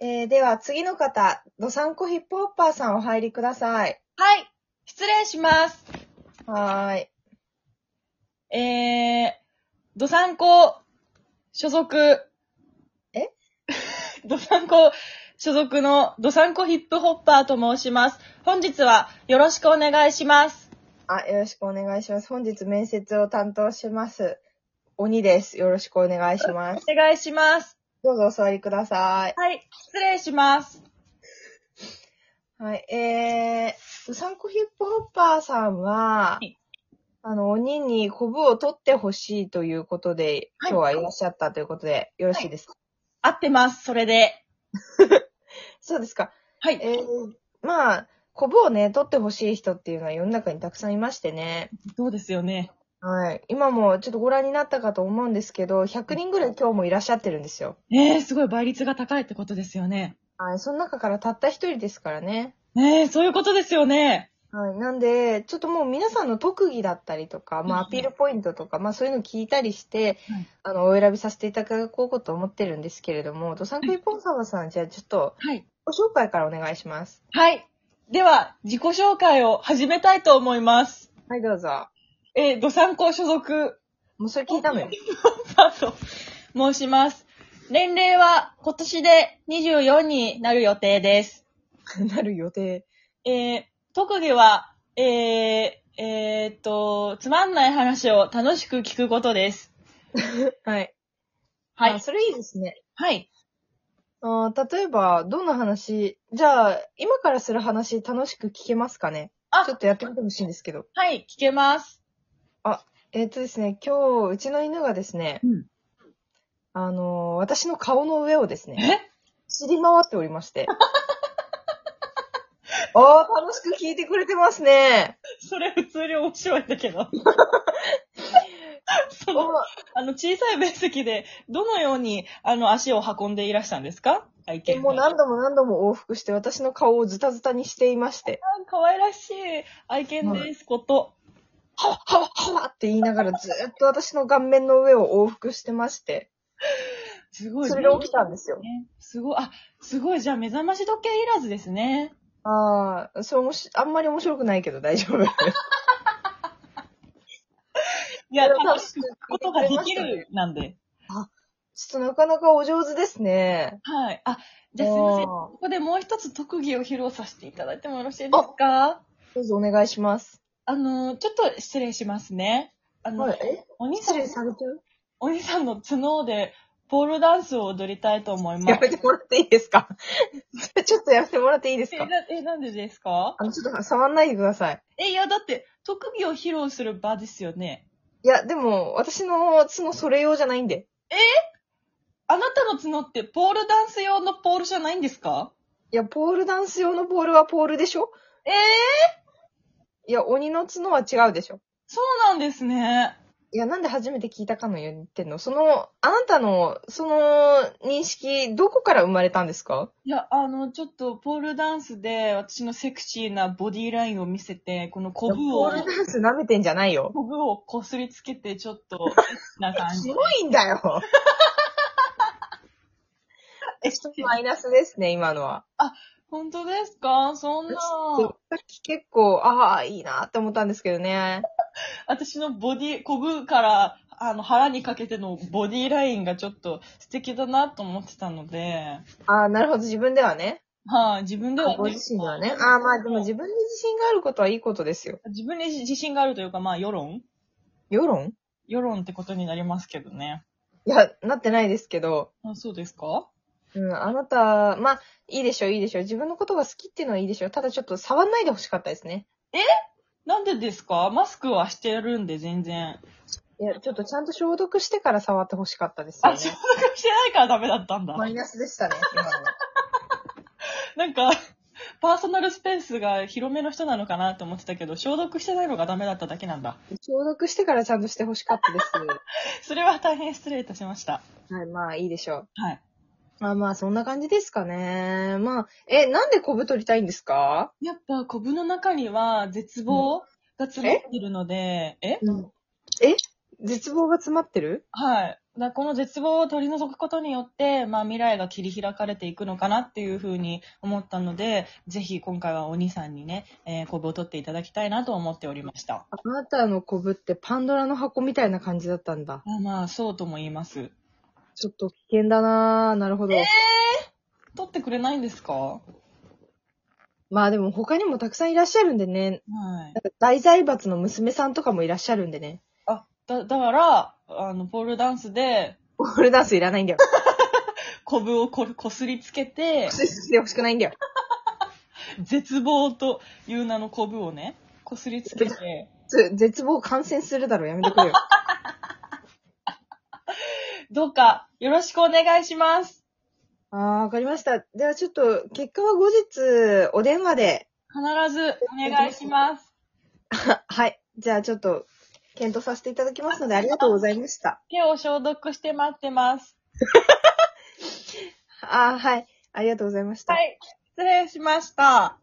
えー、では次の方、ドサンコヒップホッパーさんお入りください。はい。失礼します。はーい。えー、ドサンコ所属。え ドサンコ所属のドサンコヒップホッパーと申します。本日はよろしくお願いします。あ、よろしくお願いします。本日面接を担当します。鬼です。よろしくお願いします。お願いします。どうぞお座りください。はい。失礼します。はい。えー、ドサンコヒップホッパーさんははい、あの、鬼にコブを取ってほしいということで、はい今日はいらっしゃったということで、よろしいですか、合ってます。それで。そうですか。はい。えー、まあ、コブをね、取ってほしい人っていうのは世の中にたくさんいましてね。そうですよね。はい。今もちょっとご覧になったかと思うんですけど、100人ぐらい今日もいらっしゃってるんですよ。えー、すごい倍率が高いってことですよね。はい。その中からたった一人ですからね。ねえ、そういうことですよね。はい。なんで、ちょっともう皆さんの特技だったりとか、まあうんアピールポイントとか、まあそういうの聞いたりしてはい、あの、お選びさせていただこうと思ってるんですけれども、ドサンクイポンサバさん、じゃあちょっと、はい。ご紹介からお願いします。はい。では、自己紹介を始めたいと思います。はい、どうぞ。えー、ドサンコ所属、もうそれ聞いたのよ。パーと申します。年齢は今年で24になる予定です。 なる予定。えー、特技は、えー、えーっと、つまんない話を楽しく聞くことです。はい。はあい。それいいですね。はい。あー例えば、どんな話、じゃあ、今からする話楽しく聞けますかねあちょっとやってみてほしいんですけど。はい、聞けます。えっ、とですね、今日、うちの犬がですね、うんあのー私の顔の上をですね、え知り回っておりま して。ああ、楽しく聞いてくれてますね。それ普通に面白いんだけ ど。そおの、あの、小さい面積で、どのように、あの、足を運んでいらしたんですか愛犬もうが何度も何度も往復して、私の顔をズタズタにしていまして、あ可愛らしい愛犬です、こと。はわはわはわって言いながらずーっと私の顔面の上を往復してまして、すごい。それで起きたんですよ。ね。すごい、あ、すごい、じゃあ目覚まし時計いらずですね。ああ、そうもし、あんまり面白くないけど大丈夫。いや、いや楽しく聞くことができる、なんで。ちょっとなかなかお上手ですね。はい。あ、じゃあすいません。こあーこでもう一つ特技を披露させていただいてもよろしいですかどうぞお願いします。あの、ちょっと失礼しますね。あの、はい、えお兄さ失ん礼されてるお兄さんの角で、ポールダンスを踊りたいと思います。やめてもらっていいですか ちょっとやめてもらっていいですえ、かなえなんでですかあの、ちょっと触んないでください。え、いや、だって、特技を披露する場ですよね。いや、でも、私の角それ用じゃないんで。あなたの角って、ポールダンス用のポールじゃないんですかいや、ポールダンス用のポールはポールでしょえー、いや、鬼の角は違うでしょそうなんですね。いや、なんで初めて聞いたかの言ってんのその、あなたの、その、認識、どこから生まれたんですかいや、あの、ちょっと、ポールダンスで、私のセクシーなボディラインを見せて、このコブポをー、ルダンス舐めてんじゃないよ。コブをこすりつけて、ちょっと、な感すじ。ごいん だよ。 え、ちょっとマイナスですね、今のは。本当ですかそんな。さっき結構、ああ、いいなって思ったんですけどね。私のボディ、コブから、あの、腹にかけてのボディラインがちょっと素敵だなと思ってたので、ああ、なるほど、自分ではね。はい、自分では、ご自身ではね。ああ、まあでも自分に自信があることはいいことですよ。自分に自信があるというか、まあ、世論世論世論ってことになりますけどね。いや、なってないですけど。あそうですかうん、あなた、まあ、いいでしょう、いいでしょう。自分のことが好きっていうのはいいでしょう。ただちょっと触んないでほしかったですね。なんでですかマスクはしてるんで、全然。いや、ちょっとちゃんと消毒してから触ってほしかったですよあ、消ね。毒してないからダメだったんだ。マイナスでしたね、今のは。なんか、パーソナルスペースが広めの人なのかなと思ってたけど、消毒してないのがダメだっただけなんだ。 消毒してからちゃんとしてほしかったです。それは大変失礼いたしました。はい、まあいいでしょう。はい。まあまあ、そんな感じですかね。まあ、え、なんでコブ取りたいんですかやっぱ、コブの中には絶望が詰まってるので、ええ絶望が詰まってるはい。だこの絶望を取り除くことによって、まあ、未来が切り開かれていくのかなっていうふうに思ったので、ぜひ今回はお兄さんにね、えー、コブを取っていただきたいなと思っておりました。あなたのコブってパンドラの箱みたいな感じだったんだ。あまあ、そうとも言います。ちょっと危険だなぁ。なるほど。取ってくれないんですかはまあでも他にもたくさんいらっしゃるんでね。いな。んか大財閥の娘さんとかもいらっしゃるんで ね。あ、だ、だから、あの、ポールダンスで、ポールダンスいらないんだ よ。コブをここすりつけて、薬してほしくないんだよ。絶望という名のコブをね、こすりつけて、つ絶望感染するだろ。やめてくれよ。どうかよろしくお願いします。ああ、わかりました。じゃあちょっと、結果は後日、お電話で。必ずお願いします。はい。じゃあちょっと、検討させていただきますので、ありがとうございました。手を消毒して待ってます。ああ、はい。ありがとうございました。はい。失礼しました。